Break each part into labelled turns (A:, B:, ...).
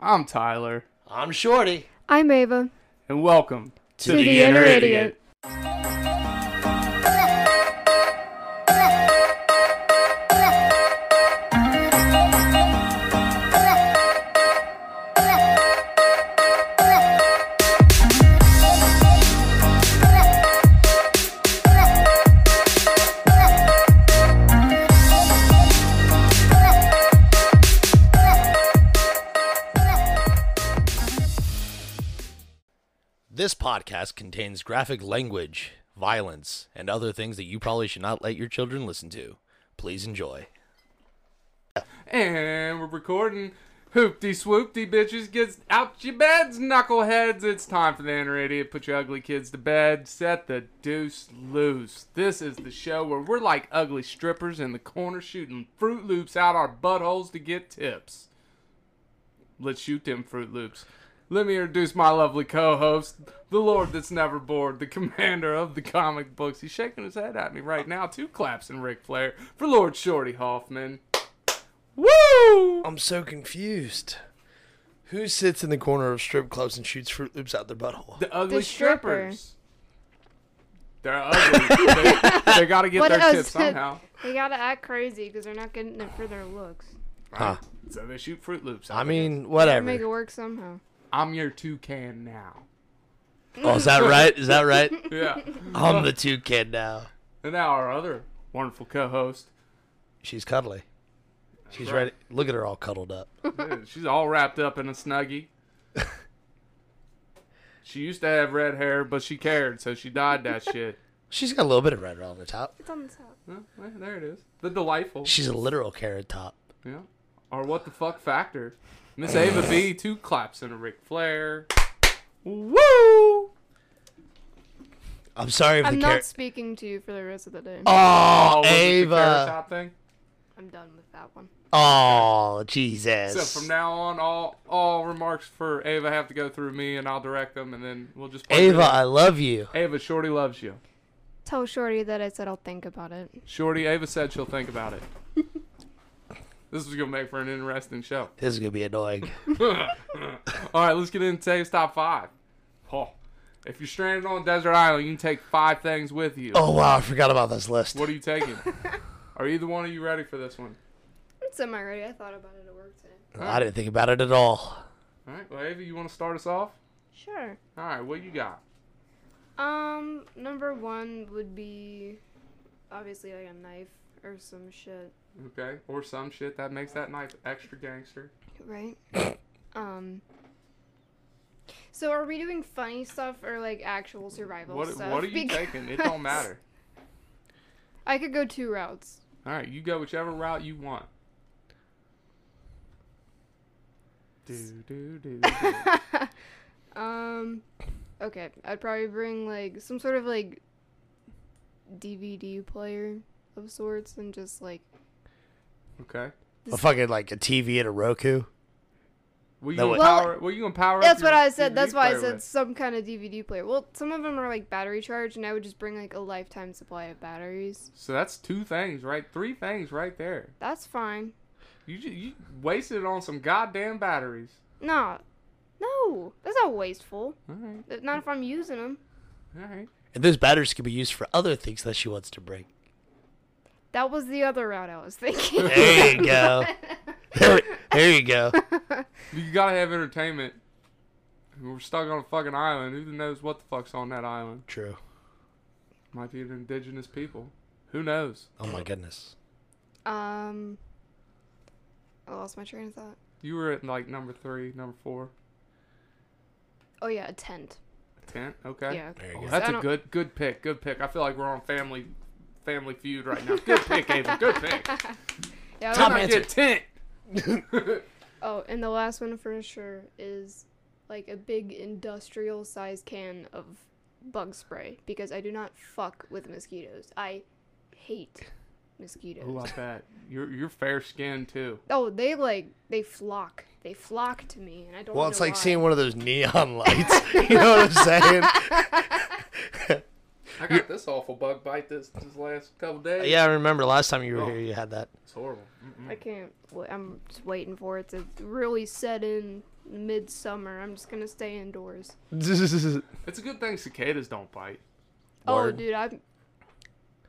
A: I'm Tyler,
B: I'm Shorty.
C: I'm Ava.
A: and welcome
C: To the the Inner Inner Idiot. Idiot.
B: This podcast contains graphic language, violence, and other things that you probably should not let your children listen to. Please enjoy.
A: And we're recording. Hoopty swoopty bitches, gets out your beds, knuckleheads. It's time for the inner idiot. Put your ugly kids to bed. Set the deuce loose. This is the show where we're like ugly strippers in the corner shooting Fruit Loops out our buttholes to get tips. Let's shoot them Fruit Loops. Let me introduce my lovely co-host, the Lord that's never bored, the commander of the comic books. He's shaking his head at me right now. Two claps and Ric Flair for Lord Shorty Hoffman. Woo!
D: I'm so confused. Who sits in the corner of strip clubs and shoots Fruit Loops out their butthole?
A: The ugly
C: The stripper.
A: strippers. They're ugly. they, they gotta get
C: What
A: their
C: else
A: tips
C: could-
A: somehow.
C: They gotta act crazy because they're not getting it for their looks.
A: Right? So they shoot Fruit Loops.
D: I
A: out of it.
D: mean,
C: Make it
D: whatever.
C: work somehow.
A: I'm your toucan now.
D: Oh, is that right? Is that right?
A: Yeah.
D: I'm the two kid now.
A: and now our other wonderful co-host.
D: She's cuddly. She's
A: right.
D: ready. Look at her all cuddled up.
A: Yeah, she's all wrapped up in a snuggie. she used to have red hair, but she cared, so she dyed that shit.
D: She's got a little bit of red on the top.
C: It's on the top.
A: Huh, well, there it is. The delightful.
D: She's a literal carrot top.
A: Yeah. Or what the fuck factor? Miss Ava B, two claps and a Ric Flair. Woo!
D: I'm sorry if
C: I'm
D: the
C: not
D: carrot.
C: speaking to you for the rest of the day.
D: Oh,
A: was it the carrot
D: Ava.
A: top thing?
C: I'm done with that one.
D: Oh,
A: So
D: Jesus.
A: from now on, all all remarks for Ava have to go through me, and I'll direct them, and then we'll just play
D: Ava,
A: through.
D: I love you.
A: Ava, Shorty loves you.
C: Tell Shorty that I said I'll think about it.
A: Shorty, Ava said she'll think about it. this is gonna make for an interesting show.
D: This is gonna be annoying.
A: All right, let's get into today's top five. Oh, if you're stranded on a desert island, you can take five things with you.
D: Oh wow, I forgot about this list.
A: What are you taking? are either one of you ready for this one?
C: I'm semi ready. I thought about it at work today.
D: I didn't think about it at all.
A: All right, well, Ava, you want to start us off?
C: Sure.
A: All right, what you got?
C: Um, number one would be obviously like a knife or some shit,
A: Okay, or some shit that makes that knife extra gangster.
C: right? um. So are we doing funny stuff or like actual survival
A: What,
C: stuff?
A: what are you
C: Because
A: taking? It don't matter.
C: I could go two routes.
A: All right, you go whichever route you want. Do, do, do, do.
C: um, okay, I'd probably bring like some sort of like DVD player of sorts and just like
A: Okay.
D: A fucking like a TV and a Roku.
A: What you
D: That
A: gonna
D: way-
C: Well,
A: power? What you gonna power?
C: That's
A: up your
C: what I said.
A: DVD
C: That's why I
A: player
C: said
A: with?
C: some kind of DVD player. Well, some of them are like battery charged, and I would just bring like a lifetime supply of batteries.
A: So that's two things, right? Three things right there.
C: That's fine.
A: You ju- you wasted it on some goddamn batteries.
C: No, no, that's not wasteful.
A: All right,
C: Th- Not if I'm using them.
A: all right.
D: And those batteries can be used for other things that she wants to bring.
C: That was the other route I was thinking.
D: There you go. There, there you go.
A: You gotta have entertainment. We're stuck on a fucking island. Who knows what the fuck's on that island?
D: True.
A: Might be an indigenous people. Who knows?
D: Oh my goodness.
C: um, I lost my train of thought.
A: You were at like number three, number four,
C: Oh yeah, a tent.
A: a tent. Okay.
C: Yeah.
D: There you
A: Oh,
D: go.
A: that's
C: I
A: a
C: don't-
A: good good pick. Good pick. I feel like we're on family family feud right now. Good pick, Ava. Good pick.
C: Yeah. I
D: Top man.
C: was like-
D: answer.
A: Get tent.
C: oh, and the last one for sure is like a big industrial size can of bug spray because I do not fuck with mosquitoes. I hate mosquitoes.
A: Who I bet. You're you're fair skinned too.
C: Oh, they like they flock. They flock to me, and I don't.
D: Well,
C: know
D: it's like
C: why.
D: seeing one of those neon lights. You know what I'm saying?
A: I got this awful bug bite this this last couple days.
D: Yeah, I remember last time you
A: Oh.
D: were here, you had that.
A: It's horrible. Mm-mm.
C: I can't. wa- I'm just waiting for it to really set in midsummer. I'm just gonna stay indoors.
A: It's a good thing cicadas don't bite.
C: Oh,
B: Word.
C: dude, I'm.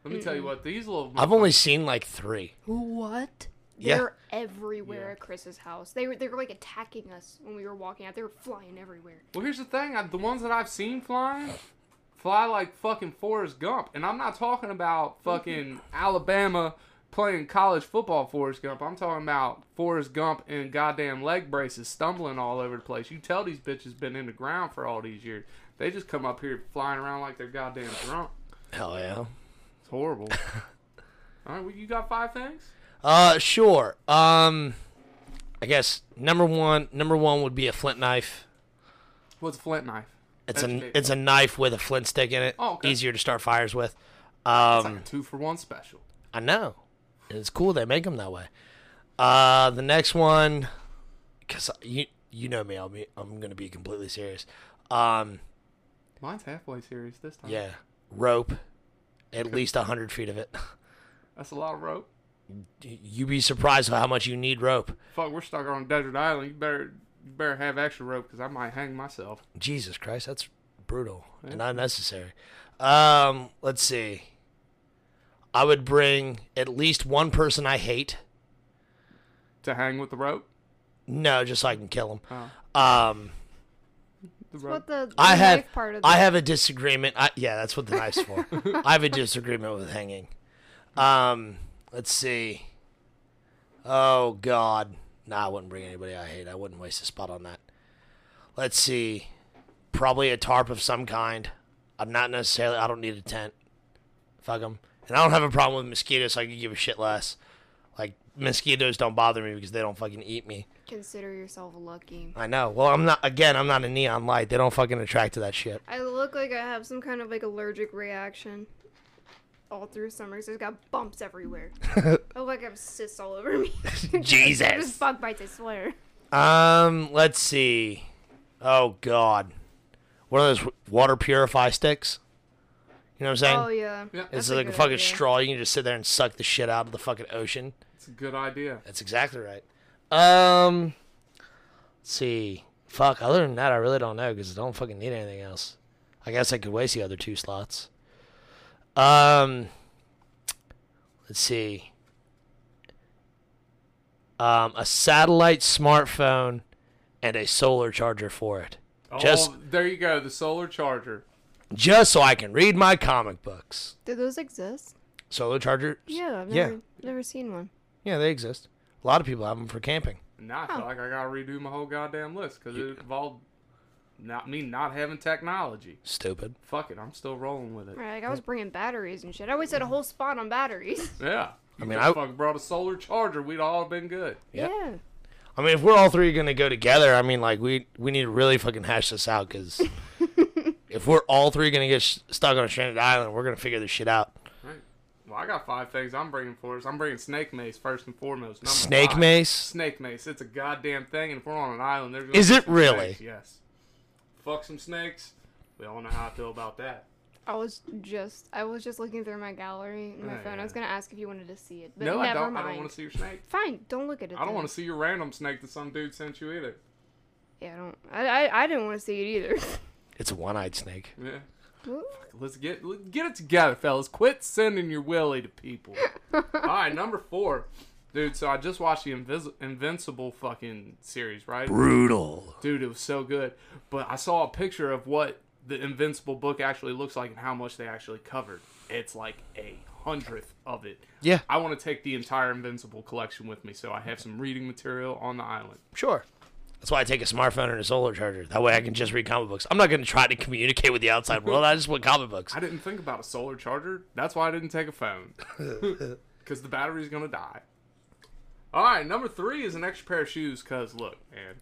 A: Let me tell you what, these little.
B: I've only seen like three.
C: What?
B: Yeah.
C: They're everywhere
A: Yeah.
C: at Chris's house. They were they were like attacking us when we were walking out. They were flying everywhere.
A: Well, here's the thing: I, the ones that I've seen flying, fly like fucking Forrest Gump, and I'm not talking about fucking Alabama playing college football Forrest Gump. I'm talking about Forrest Gump in goddamn leg braces, stumbling all over the place. You tell these bitches been in the ground for all these years. They just come up here flying around like they're goddamn drunk.
B: Hell yeah.
A: It's horrible. all right, well, you got five things.
B: Uh, sure. Um, I guess number one, number one would be a flint knife.
A: What's a flint knife?
B: It's a
A: Educate
B: it's a knife with a flint stick in it.
A: Oh, okay.
B: Easier to start fires with.
A: It's like
B: Um,
A: a two for one special.
B: I know. It's cool they make them that way. Uh, the next one, cause you you know me, I'll be I'm gonna be completely serious. Um,
A: Mine's halfway serious this time.
B: yeah, rope, at least a hundred feet of it.
A: that's a lot of rope.
B: You'd be surprised how much you need rope.
A: Fuck, we're stuck on a desert island. You better, you better have extra rope because I might hang myself.
B: Jesus Christ, that's brutal and unnecessary. Um, let's see. I would bring at least one person I hate.
A: To hang with the rope.
B: No, just so I can kill
A: Oh,
B: them. Um,
A: the
C: That's what
A: rope.
C: the, the
B: I have
C: knife part of
B: I
C: the-
B: have a disagreement. I, yeah, that's what the knife's for. I have a disagreement with hanging. Um, let's see. Oh God, nah, I wouldn't bring anybody I hate. I wouldn't waste a spot on that. Let's see. Probably a tarp of some kind. I'm not necessarily. I don't need a tent. Fuck them. And I don't have a problem with mosquitoes. So I could give a shit less. Like mosquitoes don't bother me because they don't fucking eat me.
C: Consider yourself lucky.
B: I know. Well, I'm not. Again, I'm not a neon light. They don't fucking attract to that shit.
C: I look like I have some kind of like allergic reaction all through summer 'cause I've got bumps everywhere. oh, like I have cysts all over me.
B: Jesus.
C: Just bug bites, I swear.
B: Um, let's see. Oh God, one of those water purify sticks. You know what I'm saying?
C: Oh yeah.
A: Yeah.
C: That's
B: it's like a
C: good
B: fucking
C: idea.
B: straw. You can just sit there and suck the shit out of the fucking ocean.
A: It's a good idea.
B: That's exactly right. Um, let's see. Fuck. Other than that, I really don't know because I don't fucking need anything else. I guess I could waste the other two slots. Um, let's see. Um, a satellite smartphone and a solar charger for it, Just-
A: oh, there you go. The solar charger.
B: just so I can read my comic books.
C: Do those exist?
B: Solar charger?
C: Yeah, I've
B: Yeah.
C: never never seen one.
B: Yeah, they exist. A lot of people have them for camping.
A: Now I
C: Oh.
A: feel like I gotta redo my whole goddamn list because it involved not me not having technology.
B: Stupid.
A: Fuck it, I'm still rolling with it.
C: Right, like I was bringing batteries and shit. I always had a whole spot on batteries.
A: Yeah. You I
B: mean,
A: mean,
B: I-
A: I fucking brought a solar charger. We'd all been good.
B: Yep.
C: Yeah.
B: I mean, if we're all three gonna go together, I mean, like we we need to really fucking hash this out because if we're all three gonna get sh- stuck on a stranded island, we're gonna figure this shit out.
A: Right. Well, I got five things I'm bringing for us. I'm bringing snake mace first and foremost. Number
B: Snake
A: five.
B: mace.
A: Snake mace. It's a goddamn thing, and if we're on an island, there's.
B: Is
A: be
B: it
A: some
B: really?
A: snakes, Yes. Fuck some snakes. We all know how I feel about that.
C: I was just I was just looking through my gallery and my
A: Oh,
C: phone.
A: yeah.
C: I was gonna ask if you wanted to see it, but
A: no,
C: never
A: I don't.
C: mind.
A: I don't want to see your snake.
C: Fine, don't look at it.
A: I don't
C: then.
A: want to see your random snake that some dude sent you either.
C: Yeah, I don't. I I, I didn't want to see it
B: It's a one-eyed snake.
A: Yeah.
C: either.
A: Let's get let's get it together, fellas. Quit sending your willy to people. All right, number four, dude. So I just watched the Invis- Invincible fucking series, right?
B: Brutal.
A: Dude, it was so good. But I saw a picture of what the Invincible book actually looks like and how much they actually covered. It's like a hundredth of it.
B: Yeah.
A: I want to take the entire Invincible collection with me, so I have some reading material on the island.
B: Sure. That's why I take a smartphone and a solar charger. That way I can just read comic books. I'm not gonna try to communicate with the outside world. I just want comic books.
A: I didn't think about a solar charger. That's why I didn't take a phone. Because the battery's going to die. All right, number three is an extra pair of shoes. Because, look, man,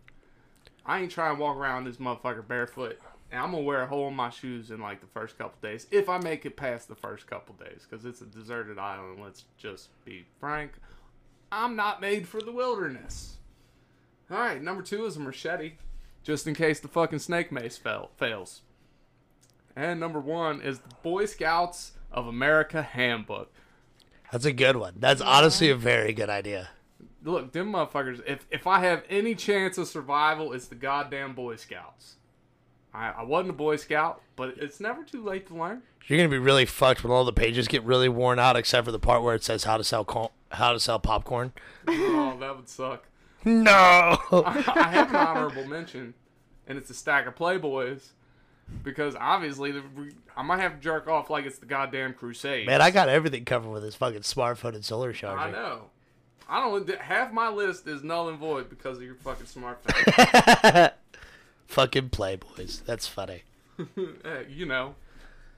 A: I ain't trying to walk around this motherfucker barefoot. And I'm going to wear a hole in my shoes in like the first couple days. If I make it past the first couple days. Because it's a deserted island. Let's just be frank. I'm not made for the wilderness. All right, number two is a machete. Just in case the fucking snake mace fail- fails. And number one is the Boy Scouts of America Handbook.
B: That's a good one. That's honestly a very good idea.
A: Look, them motherfuckers. If if I have any chance of survival, it's the goddamn Boy Scouts. I, I wasn't a Boy Scout, but it's never too late to learn.
B: You're gonna be really fucked when all the pages get really worn out, except for the part where it says how to sell co- how to sell popcorn.
A: Oh, that would suck.
B: No.
A: I, I have an honorable mention, and it's a stack of Playboys, because obviously the, I might have to jerk off like it's the goddamn Crusade.
B: Man, I got everything covered with this fucking smartphone and solar charger.
A: I know. I don't. Half my list is null and void because of your fucking smartphone.
B: Fucking Playboys. That's funny.
A: Eh, you know,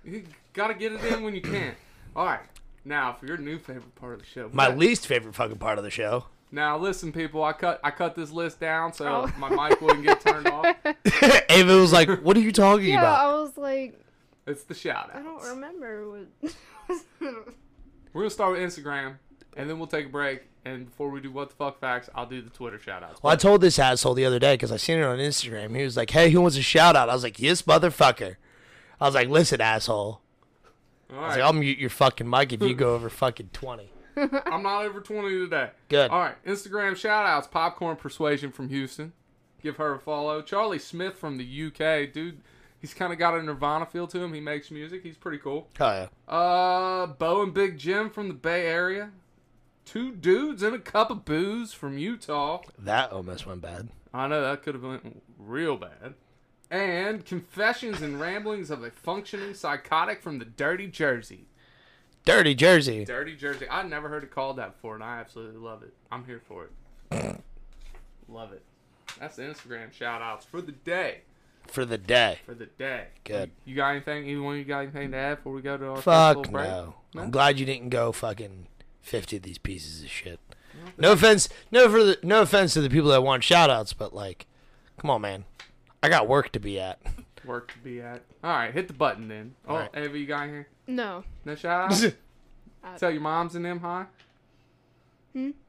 A: you gotta get it in when you can. All right. Now for your new favorite part of the show.
B: My least favorite fucking part of the show.
A: now listen, people. I cut I cut this list down so
C: Oh.
A: my mic wouldn't get turned off.
B: Ava was like, "What are you talking
C: Yeah,
B: about?"
C: I was like,
A: It's the shout
C: I don't
A: outs.
C: remember what.
A: We're gonna start with Instagram, and then we'll take a break. And before we do what the fuck facts, I'll do the Twitter shout outs.
B: Well, I told this asshole the other day because I seen it on Instagram. He was like, "Hey, who wants a shout out?" I was like, "Yes, motherfucker." I was like, "Listen, asshole."
A: All
B: I
A: right.
B: was like, "I'll mute your fucking mic if you go over fucking 20.
A: I'm not over 20 today.
B: Good.
A: All right. Instagram shout outs Popcorn Persuasion from Houston. Give her a follow. Charlie Smith from the UK. Dude, he's kind of got a Nirvana feel to him. He makes music. He's pretty cool.
B: Oh yeah.
A: Uh, Bo and Big Jim from the Bay Area. Two dudes and a cup of booze from Utah.
B: That almost went bad.
A: I know that could have been real bad. And Confessions and Ramblings of a Functioning Psychotic from the Dirty Jersey.
B: Dirty Jersey.
A: Dirty Jersey. I never heard it called that before, and I absolutely love it. I'm here for it. love it. That's the Instagram shout outs for the day.
B: for the day.
A: For the day.
B: Good.
A: You got anything? Anyone you got anything to add before we go to our first
B: Fuck
A: little break?
B: no.
A: No?
B: I'm glad you didn't go fucking fifty of these pieces of shit. No offense, no for the, no offense to the people that want shout outs, but like, come on, man. I got work to be at.
A: Work to be at. All right, hit the button then. Oh,
B: All right.
A: Ava, you got here?
C: no.
A: No shout outs?
C: Uh,
A: Tell your moms and them hi?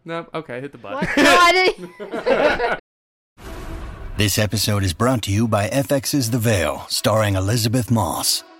A: Nope. Okay, hit the button.
C: What? No, I didn't.
E: This episode is brought to you by FX's The Veil, starring Elizabeth Moss.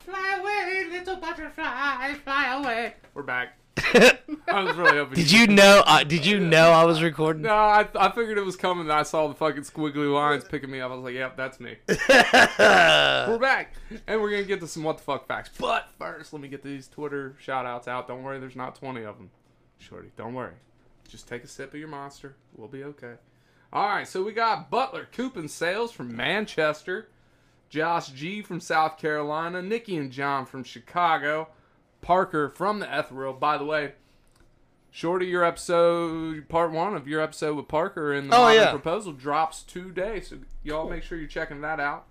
A: Fly away, little butterfly, fly away. We're back. I was really hoping.
B: Did you know? Uh, did you know I was recording?
A: No, I, I figured it was coming. and I saw the fucking squiggly lines picking me up. I was like, yep, that's me. we're back. And we're going to get to some what the fuck facts. But first, let me get these Twitter shout outs out. Don't worry, there's not 20 of them. Shorty, don't worry. Just take a sip of your monster. We'll be okay. All right, so we got Butler Coopin Sales from Manchester, Josh G from South Carolina, Nikki and John from Chicago, Parker from the Ethereal. By the way, Shorty, your episode, part one of your episode with Parker and the
B: Oh,
A: Modern
B: yeah.
A: proposal drops today, so y'all make sure you're checking that out.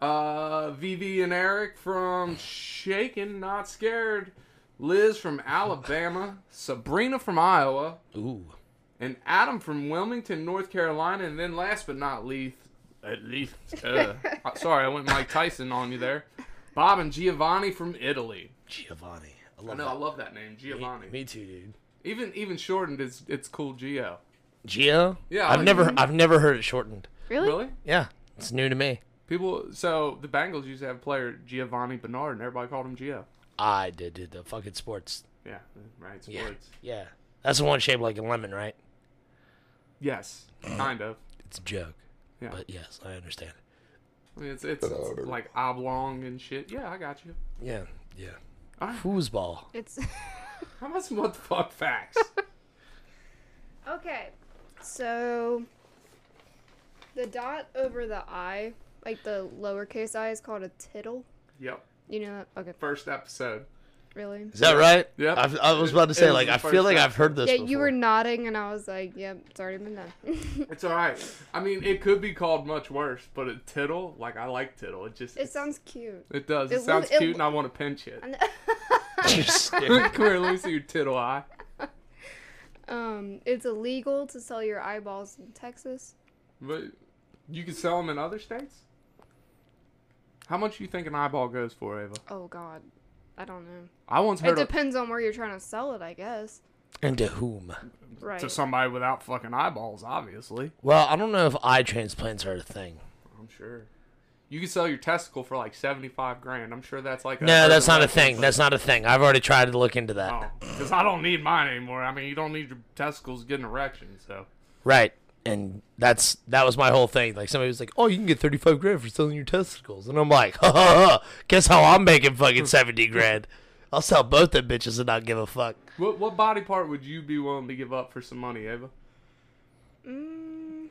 A: Uh, VV and Eric from Shaken, Not Scared, Liz from Alabama, Sabrina from Iowa,
B: Ooh.
A: and Adam from Wilmington, North Carolina, and then last but not least, at least, uh, I- sorry, I went Mike Tyson on you there. Bob and Giovanni from Italy.
B: Giovanni. I
A: I
B: love
A: know I love that name,
B: that.
A: Giovanni.
B: Me too, dude.
A: Even even shortened, it's it's cool, Gio.
B: Geo.
A: Yeah, I
B: I've
A: like
B: never. I've never heard it shortened.
C: Really?
A: Really?
B: Yeah, it's new to me.
A: People, so the Bengals used to have a player Giovanni Bernard, and everybody called him Gio.
B: I did, dude. The fucking sports.
A: Yeah, right. Sports.
B: Yeah. Yeah. That's the one shaped like a lemon, right?
A: Yes, kind of.
B: It's a joke.
A: Yeah.
B: But yes, I understand.
A: I mean, it's, it's it's like oblong and shit. Yeah, I got you.
B: Yeah, yeah.
A: Alright.
B: Foosball.
C: It's
A: How about some what the fuck facts?
C: okay. So the dot over the i, like the lowercase i, is called a tittle.
A: yep.
C: You know that? Okay.
A: First episode.
C: Really?
B: Is that right?
A: Yep.
B: I, I was about to say,
A: It was
B: like,
A: the
B: I
A: first
B: feel like
A: time.
B: I've heard this
C: Yeah,
B: before.
C: you were nodding, and I was like, "Yep, it's already been done."
A: It's all right. I mean, it could be called much worse, but a tittle, like I like tittle. It just
C: it sounds cute.
A: It does. It,
C: it
A: sounds
C: loo- it
A: cute, and
C: loo-
A: I want to pinch it.
B: You're stupid.
A: Come here, let me see your tittle eye.
C: Um, it's illegal to sell your eyeballs in Texas.
A: But you can sell them in other states. How much do you think an eyeball goes for, Ava?
C: Oh God, I don't know.
A: I once
C: It
A: heard of,
C: depends on where you're trying to sell it, I guess.
B: And to whom?
C: Right.
A: to somebody without fucking eyeballs, obviously.
B: Well, I don't know if eye transplants are a thing.
A: I'm sure. You can sell your testicle for like seventy-five grand. I'm sure that's like a
B: No, that's
A: urban
B: not a
A: legend,
B: thing.
A: but-
B: That's not a thing. I've already tried to look into that.
A: Oh, because I don't need mine anymore. I mean, you don't need your testicles to get an erection, so.
B: Right. And that's that was my whole thing. Like somebody was like, "Oh, you can get thirty five grand for selling your testicles," and I'm like, "Ha ha ha! Guess how I'm making fucking seventy grand? I'll sell both them bitches and not give a fuck."
A: What what body part would you be willing to give up for some money, Ava?
C: Mm,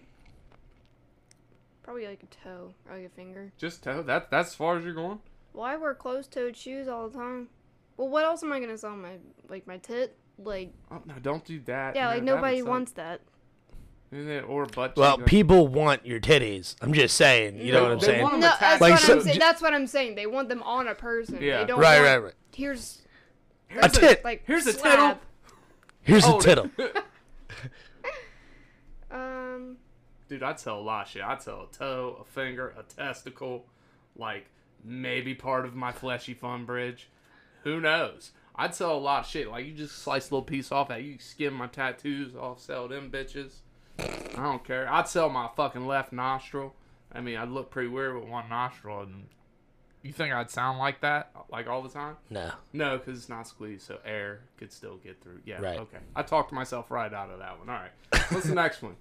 C: probably like a toe or like a finger.
A: Just tell that that's as far as you're going.
C: Well, I wear closed-toed shoes all the time. Well, what else am I gonna sell? My like my tit? Like
A: Oh no, don't do that.
C: yeah,
A: No,
C: like
A: that would
C: nobody
A: suck.
C: wants that.
A: And then- or butt.
B: Well,
A: cheek.
B: people want your titties. I'm just saying. You know
A: They-
B: what I'm
A: they
B: saying?
A: want
C: No,
A: 'em
C: that's
A: attached
B: Like,
C: what
B: so
C: I'm saying.
B: j-
C: that's what I'm saying. They want them on a person.
A: Yeah.
C: They don't
B: Right,
C: want-
B: right, right.
C: Here's
B: A tit.
C: like
A: Here's a tittle.
C: slab.
B: Here's a
A: Hold it.
B: tittle.
C: Um,
A: Dude, I'd sell a lot of shit. I'd sell a toe, a finger, a testicle, like maybe part of my fleshy fun bridge. Who knows? I'd sell a lot of shit. Like you just slice a little piece off that you skin my tattoos off, sell them bitches. I don't care. I'd sell my fucking left nostril. I mean, I'd look pretty weird with one nostril. And you think I'd sound like that, like all the time?
B: No.
A: No, because it's not squeezed, so air could still get through. Yeah,
B: Right.
A: okay. I talked myself right out of that one. All right. What's the next one?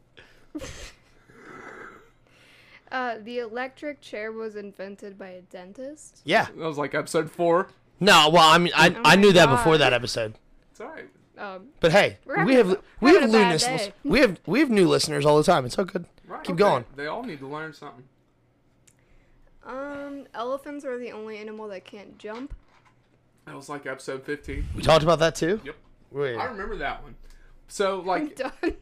C: uh, the electric chair was invented by a dentist.
B: Yeah.
A: That was like episode four.
B: No. Well, I mean, I, I
C: Oh my
B: knew that
C: God.
B: before that episode.
A: It's all right.
C: Um,
B: But hey,
C: We're having
B: we
C: a-
B: have
C: we're
B: we
C: having
B: have
C: a
B: new
C: bad
B: listeners.
C: day.
B: We have we have new listeners all the time. It's all good.
A: Right.
B: Keep going.
A: They all need to learn something.
C: um, elephants are the only animal that can't jump.
A: That was like episode 15.
B: We talked about that too.
A: Yep.
B: Wait.
A: I remember that one. So, like,
C: Done.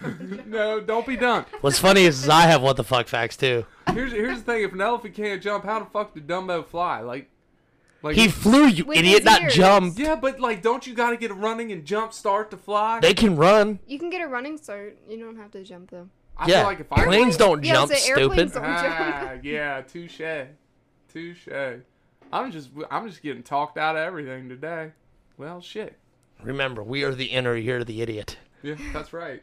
C: Done.
A: no, don't be done.
B: What's funny is I have what the fuck facts too.
A: Here's here's the thing if an elephant can't jump, how the fuck did Dumbo fly? Like, like
B: He flew, you
C: With
B: idiot,
C: his
B: not
C: ears.
B: jump.
A: yeah, but like, don't you gotta get a running and jump start to fly?
B: They can run.
C: you can get a running start. You don't have to jump though.
A: I
B: yeah,
A: feel like if I
B: planes don't
C: Yeah,
B: jump.
C: so
B: stupid.
C: airplanes don't-
A: Ah, yeah, touche, touche. I'm just I'm just getting talked out of everything today. Well, shit.
B: Remember, we are the inner. You're the idiot.
A: Yeah, that's right.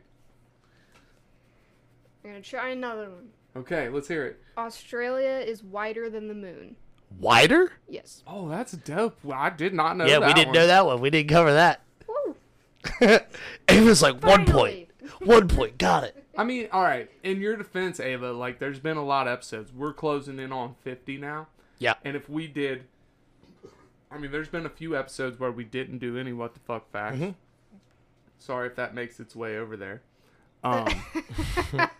C: I'm gonna try another one.
A: Okay, let's hear it.
C: Australia is wider than the moon.
B: Wider?
C: Yes.
A: Oh, that's dope. Well, I did not know.
B: yeah,
A: that
B: we didn't
A: one.
B: know that one. We didn't cover that.
C: Woo.
B: it was like one point. One point. Got it.
A: I mean, all right. In your defense, Ava, like there's been a lot of episodes. We're closing in on 50 now,
B: Yeah.
A: and if we did, I mean, there's been a few episodes where we didn't do any what the fuck facts.
B: Mm-hmm.
A: Sorry if that makes its way over there. Um,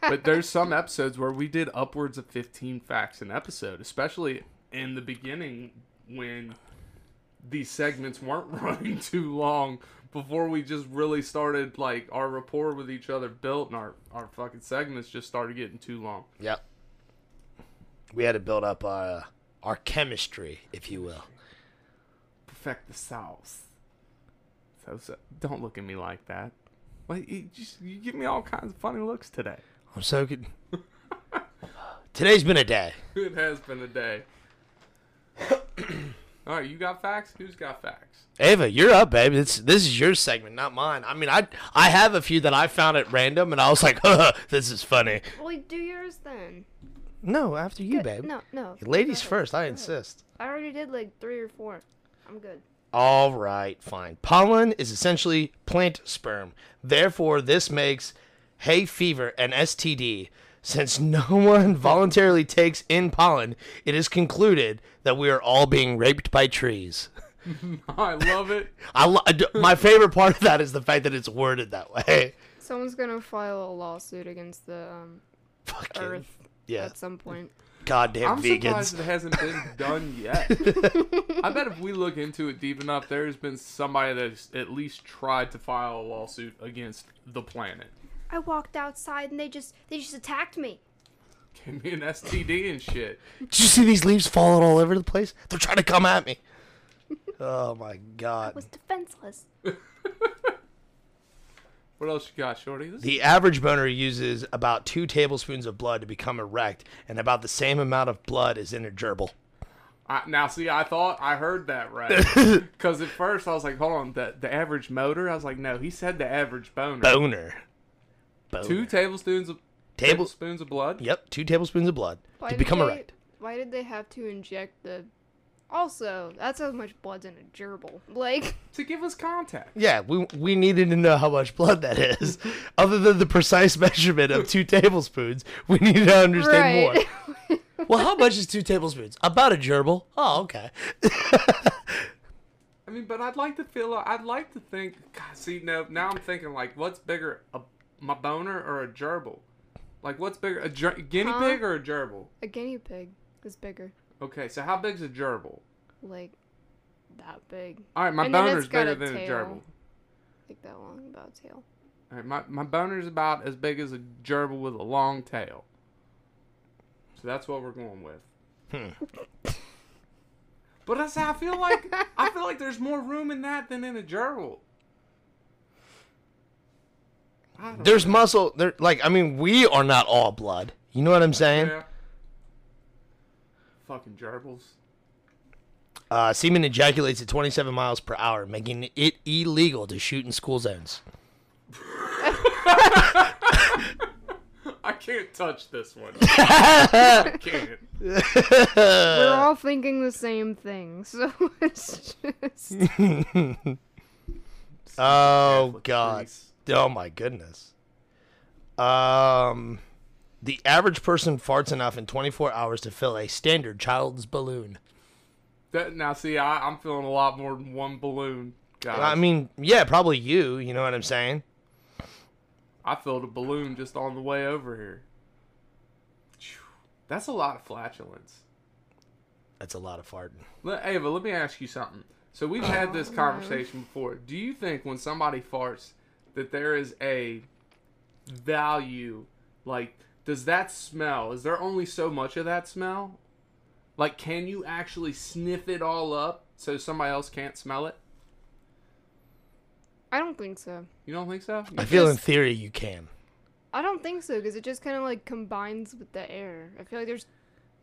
A: but there's some episodes where we did upwards of 15 facts an episode, especially in the beginning when these segments weren't running too long before we just really started like our rapport with each other built and our, our fucking segments just started getting too long.
B: Yep. We had to build up our uh, our chemistry, if you will.
A: Perfect the sauce. So, so don't look at me like that. Like you just you give me all kinds of funny looks today.
B: I'm so good. Today's been a day.
A: It has been a day. all right, you got facts? Who's got facts?
B: Ava, you're up, babe. It's this is your segment, not mine. I mean, I I have a few that I found at random, and I was like, "This is funny."
C: Well, do yours then.
B: No, after you,
C: Good.
B: babe.
C: No, no.
B: Ladies
C: Go ahead.
B: first. I
C: Go ahead.
B: insist.
C: I already did like three or four. I'm good.
B: All right, fine. Pollen is essentially plant sperm. Therefore, this makes hay fever an STD. Since no one voluntarily takes in pollen, it is concluded that we are all being raped by trees.
A: I love it.
B: I lo- I d- my favorite part of that is the fact that it's worded that way.
C: Someone's gonna file a lawsuit against the um,
B: Fucking
C: Earth
B: yeah,
C: at some point.
B: goddamn
A: I'm
B: vegans.
A: surprised it hasn't been done yet. I bet if we look into it deep enough, there's been somebody that's at least tried to file a lawsuit against the planet.
C: I walked outside and they just they just attacked me.
A: Gave me an STD and shit.
B: Did you see these leaves falling all over the place? They're trying to come at me. Oh my god.
C: Was defenseless.
A: What else you got, Shorty? This
B: The average boner uses about two tablespoons of blood to become erect, and about the same amount of blood is in a gerbil.
A: I, now, see, I thought I heard that right. Because at first I was like, hold on, the, the average motor? I was like, no, he said the average boner.
B: Boner. Boner.
A: Two tablespoons of
B: Table-
A: tablespoons of blood?
B: Yep, two tablespoons of blood
C: Why
B: to
C: did
B: become
C: they,
B: erect.
C: Why did they have to inject the? Also, that's how much blood's in a gerbil. Like,
A: To give us contact.
B: Yeah, we we needed to know how much blood that is. Other than the precise measurement of two tablespoons, we needed to understand
C: right?
B: more. Well, how much is two tablespoons? About a gerbil. Oh, okay.
A: I mean, but I'd like to feel, I'd like to think, God, see, no, now I'm thinking, like, what's bigger, a, my boner or a gerbil? Like, what's bigger, a ger- guinea
C: Huh?
A: pig or a gerbil?
C: a guinea pig is bigger.
A: Okay, so how big's a gerbil?
C: Like, that big.
A: All right, my
C: And then
A: boner's
C: it's got
A: bigger
C: a
A: than a
C: tail.
A: gerbil.
C: Like that long about tail.
A: All right, my, my boner's about as big as a gerbil with a long tail. So that's what we're going with.
C: Hmm.
A: but I, I feel like I feel like there's more room in that than in a gerbil. I don't
B: There's muscle. There, like I mean, we are not all blood. You know what I'm saying?
A: yeah. Fucking gerbils.
B: Uh, semen ejaculates at 27 miles per hour, making it illegal to shoot in school zones.
A: I can't touch this one. I can't.
B: Uh.
C: We're all thinking the same thing, so it's just.
B: Oh
A: Catholic
B: God!
A: priests.
B: Oh my goodness. Um, the average person farts enough in 24 hours to fill a standard child's balloon.
A: That, now see, I, I'm feeling a lot more than one balloon. Guys.
B: I mean, yeah, probably you. You know what I'm saying?
A: I filled a balloon just on the way over here. Phew. That's a lot of flatulence.
B: That's a lot of farting.
A: Let, Ava, let me ask you something. So we've had this conversation before. Do you think when somebody farts that there is a value? Like, does that smell? Is there only so much of that smell? Like, can you actually sniff it all up so somebody else can't smell it?
C: I don't think so.
A: You don't think so?
B: I feel in
C: Yes.
B: theory you can.
C: I don't think so because it just kind of like combines with the air. I feel like there's,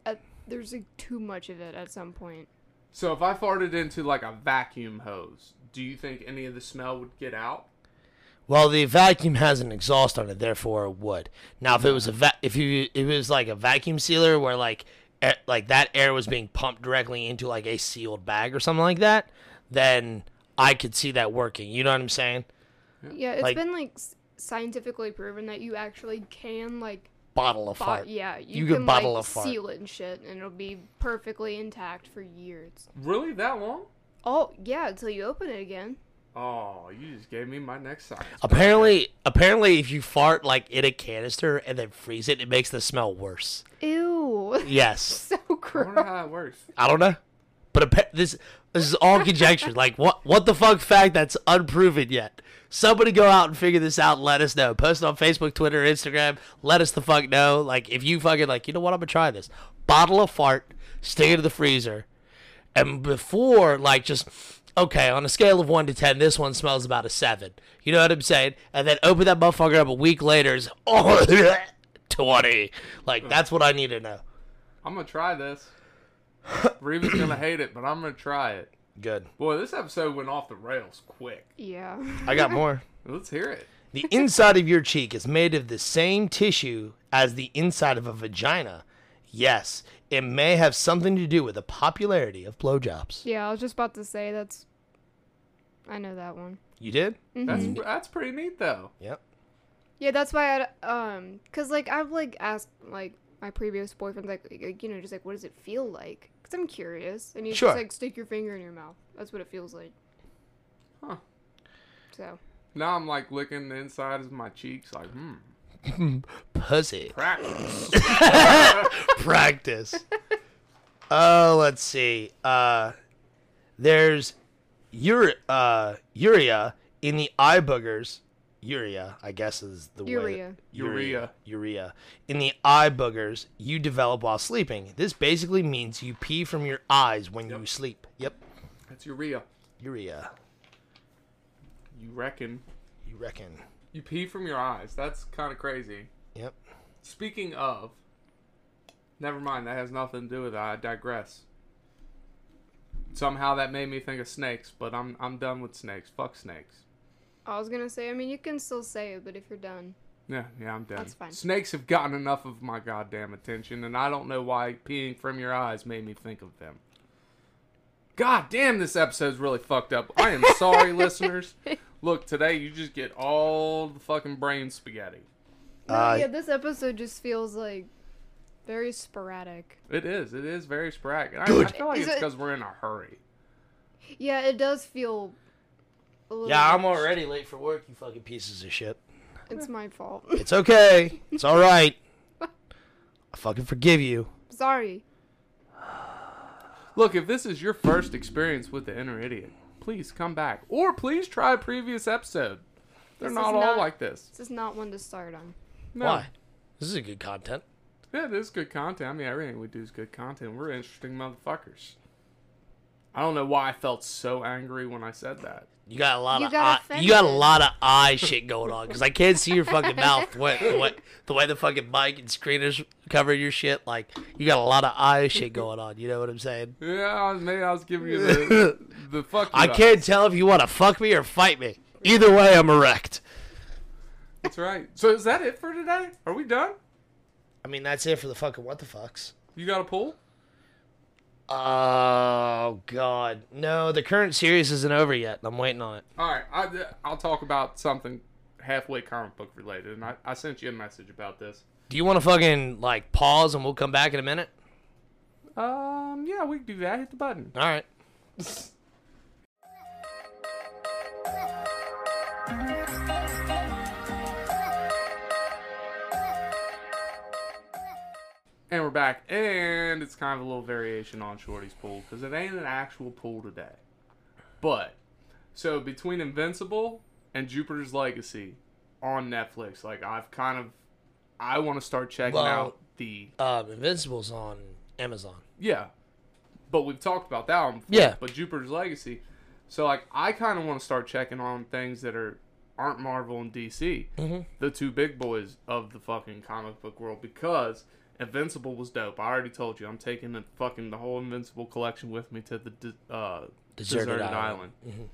C: a, there's like too much of it at some point.
A: So if I farted into like a vacuum hose, do you think any of the smell would get out?
B: Well, the vacuum has an exhaust on it, therefore it would. Now, if it was a va- if you if it was like a vacuum sealer where like air, like that air was being pumped directly into like a sealed bag or something like that, then I could see that working. You know what I'm saying?
C: Yeah, it's
B: Like-
C: been like s- scientifically proven that you actually can like
B: Bottle of
C: bo-
B: fart.
C: yeah, you,
B: You
C: can,
B: can bottle
C: like,
B: a fart.
C: seal it and shit, and it'll be perfectly intact for years.
A: Really? That long?
C: Oh yeah, until you open it again.
A: Oh, you just gave me my next science.
B: Apparently, apparently, if you fart like in a canister and then freeze it, it makes the smell worse.
C: Ew,
B: Yes,
C: so
A: I wonder
C: gross.
A: how it works.
B: I don't know, but appa- this this is all conjecture. like what what the fuck fact that's unproven yet. Somebody go out and figure this out. And let us know. Post it on Facebook, Twitter, Instagram. Let us the fuck know. Like if you fucking like, you know what? I'm gonna try this. Bottle of fart, stick it in the freezer, and before like just okay on a scale of 1 to 10 this one smells about a 7 you know what i'm saying and then open that motherfucker up a week later it's oh 20 like that's what i need to know
A: I'm gonna try this. Reba's gonna hate it, but I'm gonna try it.
B: good
A: Boy, this episode went off the rails quick.
C: Yeah,
B: i got more
A: Let's hear it.
B: the inside of your cheek is made of the same tissue as the inside of a vagina yes it may have something to do with the popularity of blowjobs
C: yeah. I was just about to say that's. I know that one.
B: you did
A: That's that's pretty neat though.
B: yep
C: Yeah, that's why I um, cause like I've like asked like my previous boyfriend like, like you know just like what does it feel like? Cause I'm curious, and you
B: Sure.
C: just like stick your finger in your mouth. That's what it feels like.
A: Huh.
C: So
A: Now I'm like licking the inside of my cheeks, like hmm,
B: pussy
A: practice.
B: practice. Oh, let's see. Uh, there's ure- uh, urea in the eye boogers. Urea, I guess, is the
C: Urea.
B: word. Urea.
A: Urea.
B: Urea. In the eye boogers you develop while sleeping. This basically means you pee from your eyes when you sleep. Yep.
A: That's urea.
B: Urea.
A: You reckon?
B: You reckon.
A: You pee from your eyes. That's kind of crazy.
B: Yep.
A: Speaking of, never mind. That has nothing to do with that. I digress. Somehow that made me think of snakes, but I'm I'm done with snakes. Fuck snakes.
C: I was gonna say, I mean, you can still say it, but if you're done,
A: Yeah, yeah, I'm done.
C: That's fine.
A: Snakes have gotten enough of my goddamn attention, and I don't know why peeing from your eyes made me think of them. God damn, this episode's really fucked up. I am sorry, listeners. Look, today you just get all the fucking brain spaghetti.
C: No,
B: Uh,
C: yeah, this episode just feels like very sporadic.
A: It is. It is very sporadic. And I- I,
D: Good.
A: feel like
C: Is
A: it's
C: it-
A: because we're in a hurry.
C: Yeah, it does feel. A little
B: Yeah, I'm
C: rushed.
B: already late for work, you fucking pieces of shit.
C: It's my fault.
B: It's okay. It's all right. I fucking forgive you.
C: Sorry.
A: Look, if this is your first experience with the inner idiot, please come back. Or please try a previous episode. They're
C: This
A: not
C: is
A: all
C: not-
A: like this.
C: This is not one to start on.
A: No.
B: Why? This is good content.
A: Yeah, this is good content. I mean, everything we do is good content. We're interesting motherfuckers. I don't know why I felt so angry when I said that.
B: You got a lot
C: You
B: of
C: got
B: eye, you got a
C: offended.
B: lot of eye shit going on because I can't see your fucking mouth the way, the way the way the fucking mic and screen is covering your shit. Like you got a lot of eye shit going on. You know what I'm saying?
A: Yeah, I was, maybe I was giving you the the fuck. you
B: I
A: up.
B: can't tell if you want to fuck me or fight me. Either way, I'm erect.
A: That's right. So is that it for today? Are we done?
B: I mean, that's it for the fucking what the fucks.
A: You got a pool?
B: Oh god, no! The current series isn't over yet, and I'm waiting on it.
A: All right, I, I'll talk about something halfway comic book related, and I, I sent you a message about this.
B: Do you want to fucking like pause and we'll come back in a minute?
A: Um, yeah, we can do that. Hit the button.
B: All right.
A: And we're back, and it's kind of a little variation on Shorty's pool because it ain't an actual pool today. But so between Invincible and Jupiter's Legacy on Netflix, like I've kind of, I want to start checking
B: Well-
A: out the
B: Um, Invincible's on Amazon.
A: yeah. But we've talked about that one. Before,
B: Yeah.
A: But Jupiter's Legacy, so like I kind of want to start checking on things that are aren't Marvel and DC,
B: Mm-hmm.
A: the two big boys of the fucking comic book world, because Invincible was dope. I already told you I'm taking the fucking the whole Invincible collection with me to the de- uh,
B: Deserted
A: deserted,
B: Island. Mm-hmm.
A: island,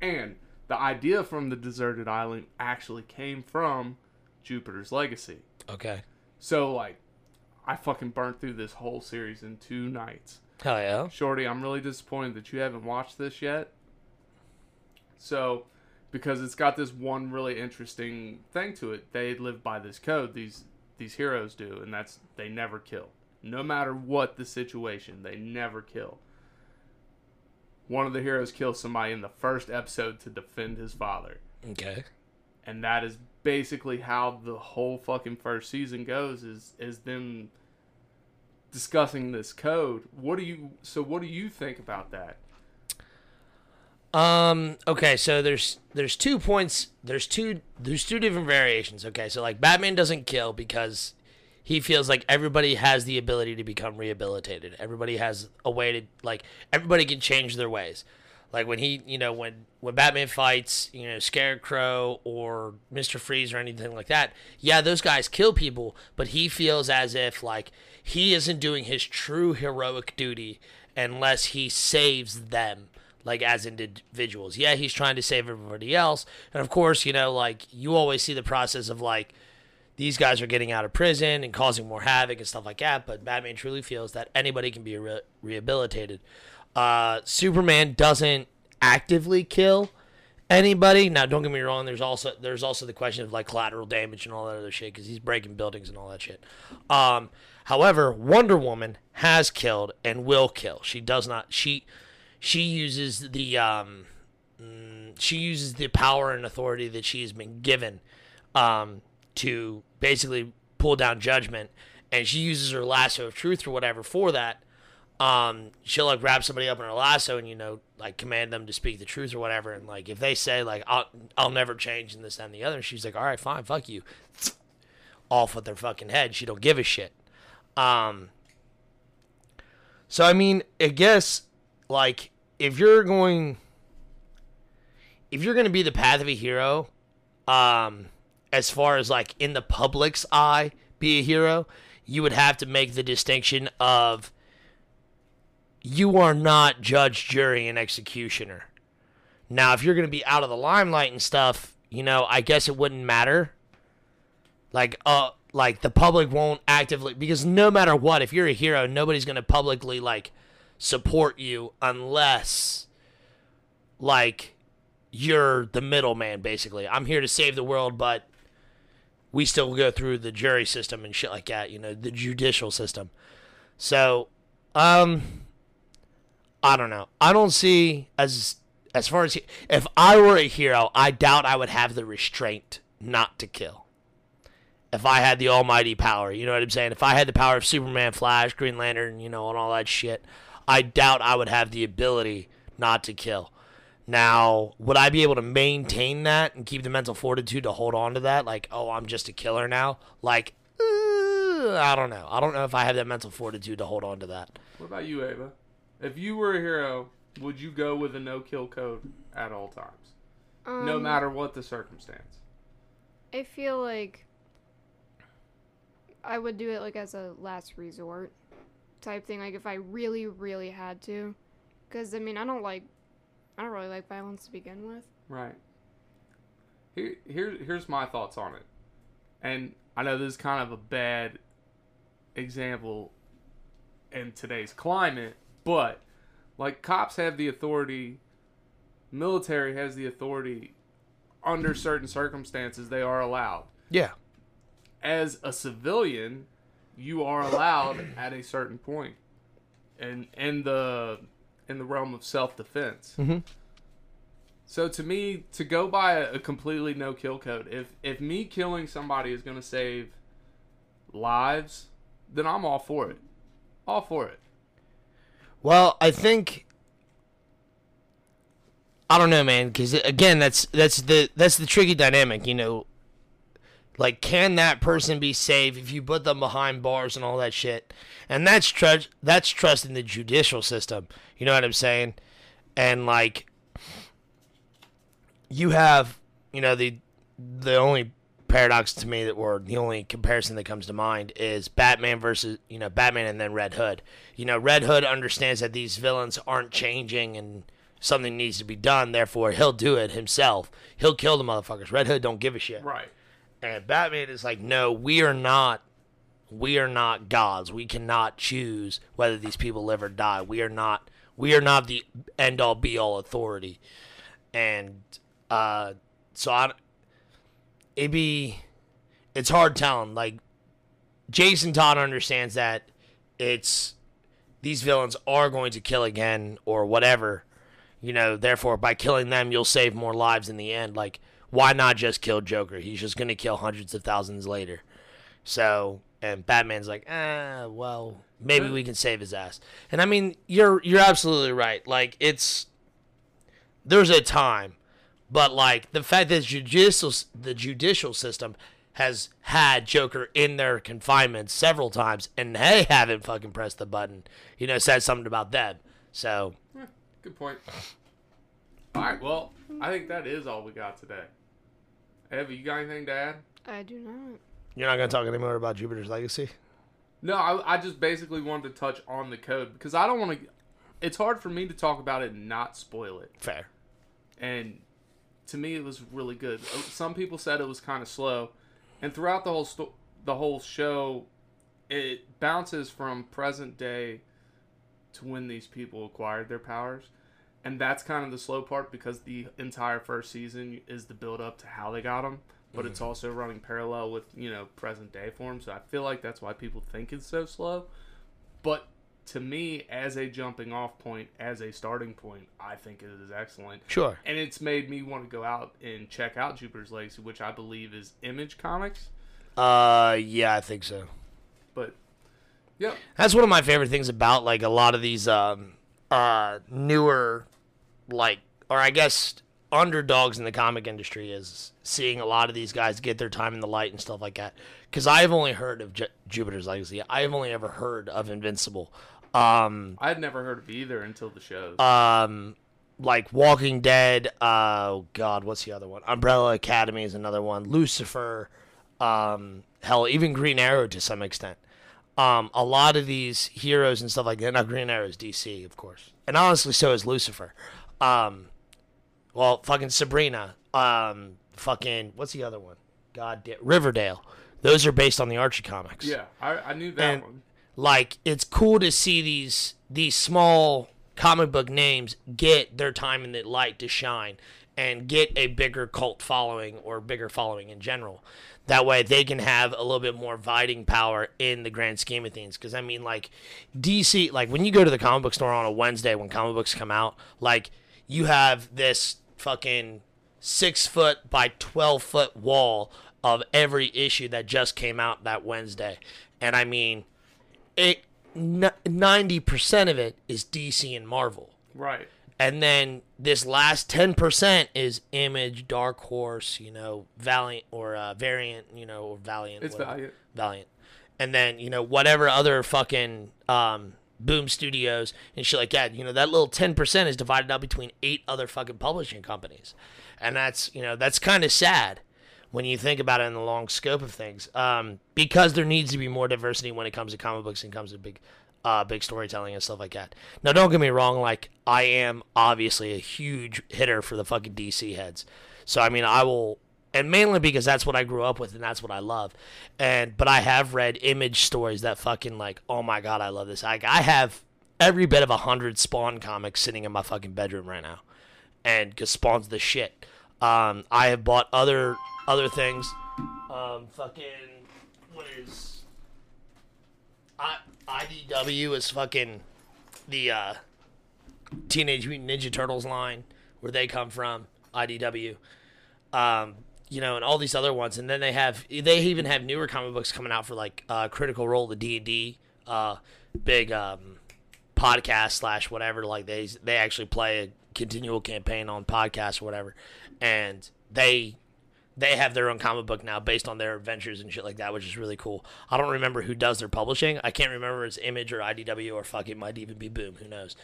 A: and the idea from the deserted island actually came from Jupiter's Legacy.
B: Okay.
A: So like, I fucking burnt through this whole series in two nights.
B: Hell Oh, yeah.
A: Shorty, I'm really disappointed that you haven't watched this yet. So, because it's got this one really interesting thing to it. They live by this code. These these heroes do, and that's they never kill. No matter what the situation, they never kill. One of the heroes kills somebody in the first episode to defend his father
B: Okay.
A: and that is basically how the whole fucking first season goes is is them discussing this code what do you so what do you think about that
B: Um. Okay. So there's there's two points. There's two there's two different variations. Okay. So like Batman doesn't kill because he feels like everybody has the ability to become rehabilitated. Everybody has a way to like everybody can change their ways. Like when he you know when when Batman fights you know Scarecrow or Mister Freeze or anything like that. Yeah, those guys kill people, but he feels as if like he isn't doing his true heroic duty unless he saves them like as individuals. Yeah, he's trying to save everybody else. And of course, you know, like you always see the process of like these guys are getting out of prison and causing more havoc and stuff like that, but Batman truly feels that anybody can be re- rehabilitated. Uh Superman doesn't actively kill anybody. Now, don't get me wrong. There's also there's also the question of like collateral damage and all that other shit because he's breaking buildings and all that shit. Um, however, Wonder Woman has killed and will kill. She does not. She she uses the um mm, she uses the power and authority that she has been given um to basically pull down judgment, and she uses her lasso of truth or whatever for that um, she'll like wrap somebody up in her lasso and you know like command them to speak the truth or whatever. And like if they say like I'll I'll never change and this that, and the other, she's like, all right, fine, fuck you, off with their fucking head. She don't give a shit. Um. So I mean, I guess like if you're going, if you're going to be the path of a hero, um, as far as like in the public's eye, be a hero, you would have to make the distinction of you are not judge, jury, and executioner. Now, if you're going to be out of the limelight and stuff, you know, I guess it wouldn't matter. Like, uh, like the public won't actively because no matter what, if you're a hero, nobody's going to publicly like support you unless like you're the middleman basically. I'm here to save the world, but we still go through the jury system and shit like that, you know, the judicial system. So, um I don't know. I don't see as as far as he- if I were a hero, I doubt I would have the restraint not to kill. If I had the almighty power, you know what I'm saying? If I had the power of Superman, Flash, Green Lantern, you know, and all that shit, I doubt I would have the ability not to kill. Now, would I be able to maintain that and keep the mental fortitude to hold on to that? Like, oh, I'm just a killer now? Like, uh, I don't know. I don't know if I have that mental fortitude to hold on to that.
A: What about you, Ava? If you were a hero, would you go with a no-kill code at all times,
C: Um,
A: no matter what the circumstance?
C: I feel like I would do it like as a last resort type thing, like if I really, really had to. Because, I mean, I don't like, I don't really like violence to begin with.
A: Right. Here, here, here's my thoughts on it, and I know this is kind of a bad example in today's climate, but like cops have the authority, military has the authority. Under certain circumstances, they are allowed.
B: Yeah.
A: As a civilian, you are allowed at a certain point, and in the in the realm of self defense. So to me, to go by a, a completely no kill code, if if me killing somebody is going to save lives, then I'm all for it. All for it.
B: Well, I think I don't know, man, because again, that's that's the that's the tricky dynamic, you know. Like, can that person be safe if you put them behind bars and all that shit? And that's trust that's trust in the judicial system. You know what I'm saying? And like, you have you know the the only paradox to me that or the only comparison that comes to mind is Batman versus you know Batman and then Red Hood. You know Red Hood understands that these villains aren't changing and something needs to be done. Therefore, he'll do it himself. He'll kill the motherfuckers. Red Hood don't give a shit.
A: Right.
B: And Batman is like, no, we are not. We are not gods. We cannot choose whether these people live or die. We are not. We are not the end all be all authority. And uh, so I, it be, it's hard telling. Like Jason Todd understands that it's these villains are going to kill again or whatever. You know, therefore, by killing them, you'll save more lives in the end. Like, why not just kill Joker? He's just going to kill hundreds of thousands later. So, and Batman's like, ah, well, maybe we can save his ass. And I mean, you're you're absolutely right. Like, it's there's a time, but like the fact that judicial the judicial system has had Joker in their confinement several times, and they haven't fucking pressed the button. You know, says something about them. So
A: Yeah, good point. All right. Well, I think that is all we got today. Eva, you got anything to add?
C: I do not.
B: you're not gonna talk anymore about Jupiter's Legacy.
A: No, I, I just basically wanted to touch on the code because I don't want to. It's hard for me to talk about it and not spoil it.
B: Fair.
A: and to me it was really good. Uh, Some people said it was kind of slow, and throughout the whole sto- the whole show, it bounces from present day to when these people acquired their powers, and that's kind of the slow part because the entire first season is the build up to how they got them, but it's also running parallel with you know present day form. So I feel like that's why people think it's so slow, but to me, as a jumping off point, as a starting point, I think it is excellent
B: Sure.
A: and it's made me want to go out and check out Jupiter's Legacy, which I believe is Image Comics.
B: Uh, yeah, I think so.
A: But yeah,
B: That's one of my favorite things about like a lot of these um uh newer like or I guess underdogs in the comic industry is seeing a lot of these guys get their time in the light and stuff like that. Cuz I've only heard of Ju- Jupiter's Legacy. I've only ever heard of Invincible. Um Uh,
A: I had never heard of either until the shows.
B: um like Walking Dead. Oh God, what's the other one? Umbrella Academy is another one. Lucifer. Um, hell, even Green Arrow to some extent. Um, a lot of these heroes and stuff like that. Now Green Arrow is DC, of course, and honestly, so is Lucifer. Um, well, fucking Sabrina. Um, fucking what's the other one? God damn, Riverdale. Those are based on the Archie comics
A: Yeah, I, I knew that
B: and
A: one.
B: like it's cool to see these these small comic book names get their time in the light to shine and get a bigger cult following or bigger following in general that way they can have a little bit more fighting power in the grand scheme of things because i mean like dc like when you go to the comic book store on a wednesday when comic books come out like you have this fucking six foot by 12 foot wall of every issue that just came out that wednesday and i mean it ninety percent of it is DC and Marvel,
A: Right.
B: and then this last ten percent is Image, Dark Horse, you know, Valiant or uh, Variant, you know, or Valiant.
A: It's
B: whatever.
A: Valiant.
B: Valiant, and then you know whatever other fucking um, Boom Studios and shit like that. You know that little ten percent is divided up between eight other fucking publishing companies, and that's you know that's kind of sad when you think about it in the long scope of things, um, because there needs to be more diversity when it comes to comic books and comes to big. Uh, big storytelling and stuff like that. Now, don't get me wrong. Like, I am obviously a huge hitter for the fucking DC heads. So, I mean, I will and mainly because that's what I grew up with and that's what I love. And but I have read image stories that fucking like, oh my god, I love this. Like I have every bit of a hundred Spawn comics sitting in my fucking bedroom right now, and because Spawn's the shit. Um, I have bought other other things. Um, fucking what is I IDW is fucking the uh, Teenage Mutant Ninja Turtles line where they come from. IDW um, you know, and all these other ones. And then they have they even have newer comic books coming out for like uh, Critical Role, the D and D uh, big um, podcast slash whatever. Like they they actually play a continual campaign on podcasts or whatever, and they they have their own comic book now based on their adventures and shit like that, which is really cool. I don't remember who does their publishing. I can't remember if it's Image or IDW or fuck it might even be Boom. Who knows?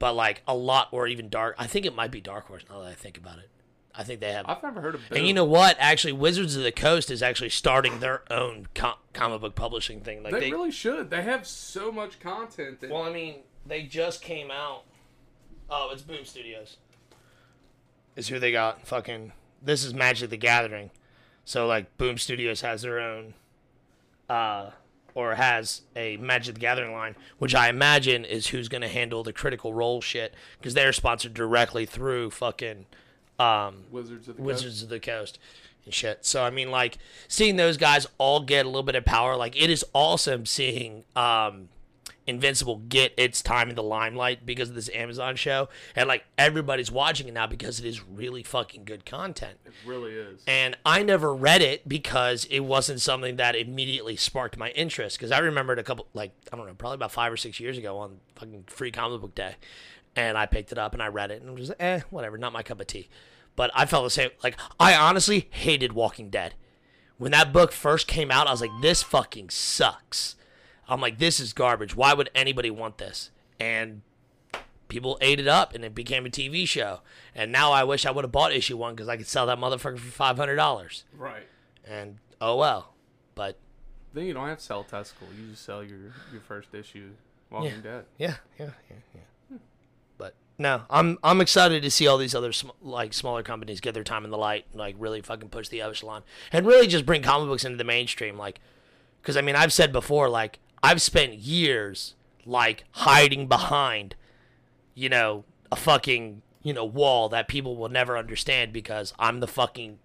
B: But like a lot, or even Dark. I think it might be Dark Horse. Now that I think about it, I think they have.
A: I've never heard of Boom.
B: And you know what? Actually, Wizards of the Coast is actually starting their own com- comic book publishing thing. Like
A: they,
B: they,
A: really should. They have so much content that
B: well, I mean, they just came out. Oh, it's Boom Studios. Is who they got? Fucking. This is Magic the Gathering, so like Boom Studios has their own, uh, or has a Magic the Gathering line, which I imagine is who's gonna handle the Critical Role shit because they're sponsored directly through fucking, um,
A: Wizards of the Coast.
B: Wizards of the Coast and shit. So I mean, like seeing those guys all get a little bit of power, like it is awesome seeing um, Invincible get its time in the limelight because of this Amazon show, and like everybody's watching it now because it is really fucking good content.
A: really is.
B: And I never read it because it wasn't something that immediately sparked my interest. Because I remembered a couple, like, I don't know, probably about five or six years ago on fucking free comic book day. And I picked it up and I read it and was like, eh, whatever, not my cup of tea. But I felt the same. Like, I honestly hated Walking Dead. When that book first came out, I was like, this fucking sucks. I'm like, this is garbage. Why would anybody want this? And people ate it up and it became a TV show. And now I wish I would have bought issue one because I could sell that motherfucker for $500.
A: right.
B: And oh well. But
A: Then you don't have to sell testicle. You just sell your, your first issue Walking Dead.
B: yeah, yeah, yeah, yeah. But no, I'm I'm excited to see all these other sm- like smaller companies get their time in the light, and, like really fucking push the echelon, and really just bring comic books into the mainstream. Like, because I mean, I've said before, like I've spent years like hiding behind, you know, a fucking you know wall that people will never understand because I'm the fucking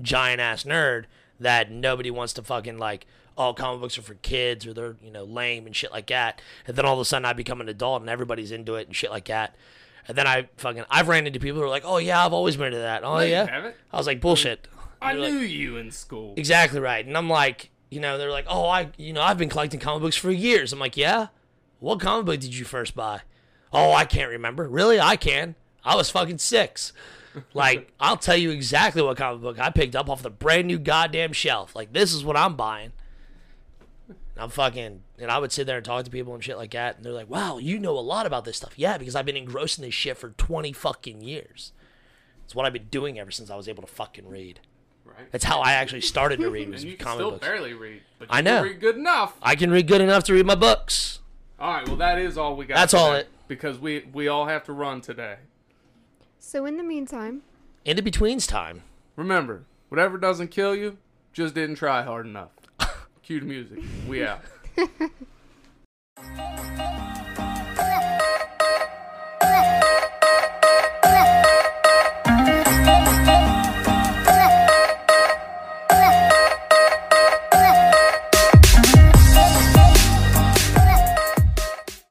B: giant ass nerd that nobody wants to fucking like oh comic books are for kids or they're you know lame and shit like that and then all of a sudden i become an adult and everybody's into it and shit like that and then i fucking i've ran into people who are like oh yeah i've always been into that oh
A: you
B: yeah
A: haven't.
B: i was like bullshit
A: I
B: You're like-
A: knew you in school.
B: Exactly right. And I'm like, you know, they're like, oh, I, you know, I've been collecting comic books for years. I'm like, yeah. What comic book did you first buy? Oh, I can't remember. Really? I can. I was fucking six. Like, I'll tell you exactly what comic book I picked up off the brand new goddamn shelf. Like, this is what I'm buying. And I'm fucking, and I would sit there and talk to people and shit like that, and they're like, "Wow, you know a lot about this stuff." Yeah, because I've been engrossed in this shit for 20 fucking years. It's what I've been doing ever since I was able to fucking read.
A: Right.
B: That's how I actually started to read was
A: and you can
B: comic
A: still
B: books.
A: barely read, but you
B: I know.
A: can read good enough.
B: I can read good enough to read my books.
A: All right, well that is all we got.
B: That's all
A: today,
B: it-
A: because we we all have to run today.
C: So in the meantime,
B: In the betweens time.
A: Remember, whatever doesn't kill you, just didn't try hard enough. Cue the music. We out.